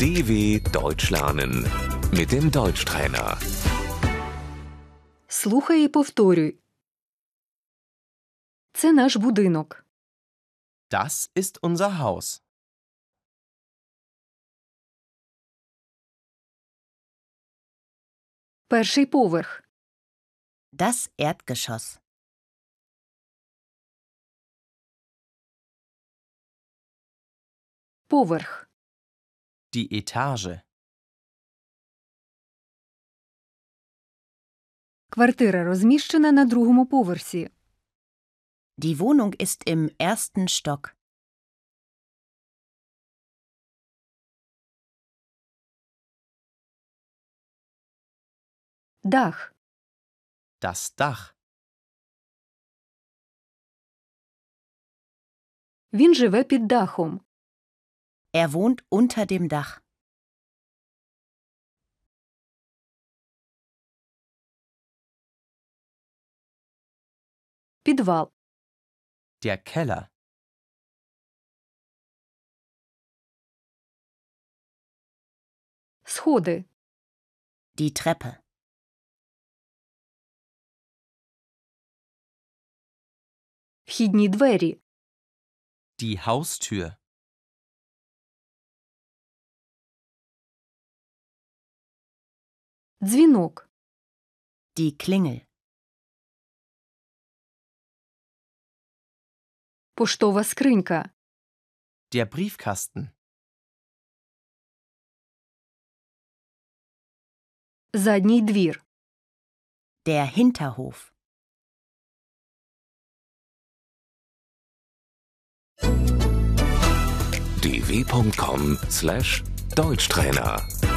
DW Deutsch lernen mit dem Deutschtrainer. Слухай і повторюй. Це наш будинок. Das ist unser Haus. Перший поверх. Das Erdgeschoss. Поверх. Die Etage. Квартира розміщена на другому поверсі. Die Wohnung ist im ersten Stock. Дах. Das Dach. Він живе під дахом. Er wohnt unter dem Dach. Підвал. Der Keller. Сходи. Die Treppe. Вхідні двері. Die Haustür. Дзвінок. Die Klingel. Поштова скринька. Der Briefkasten. Задній двір. Der Hinterhof. dw.com/deutschtrainer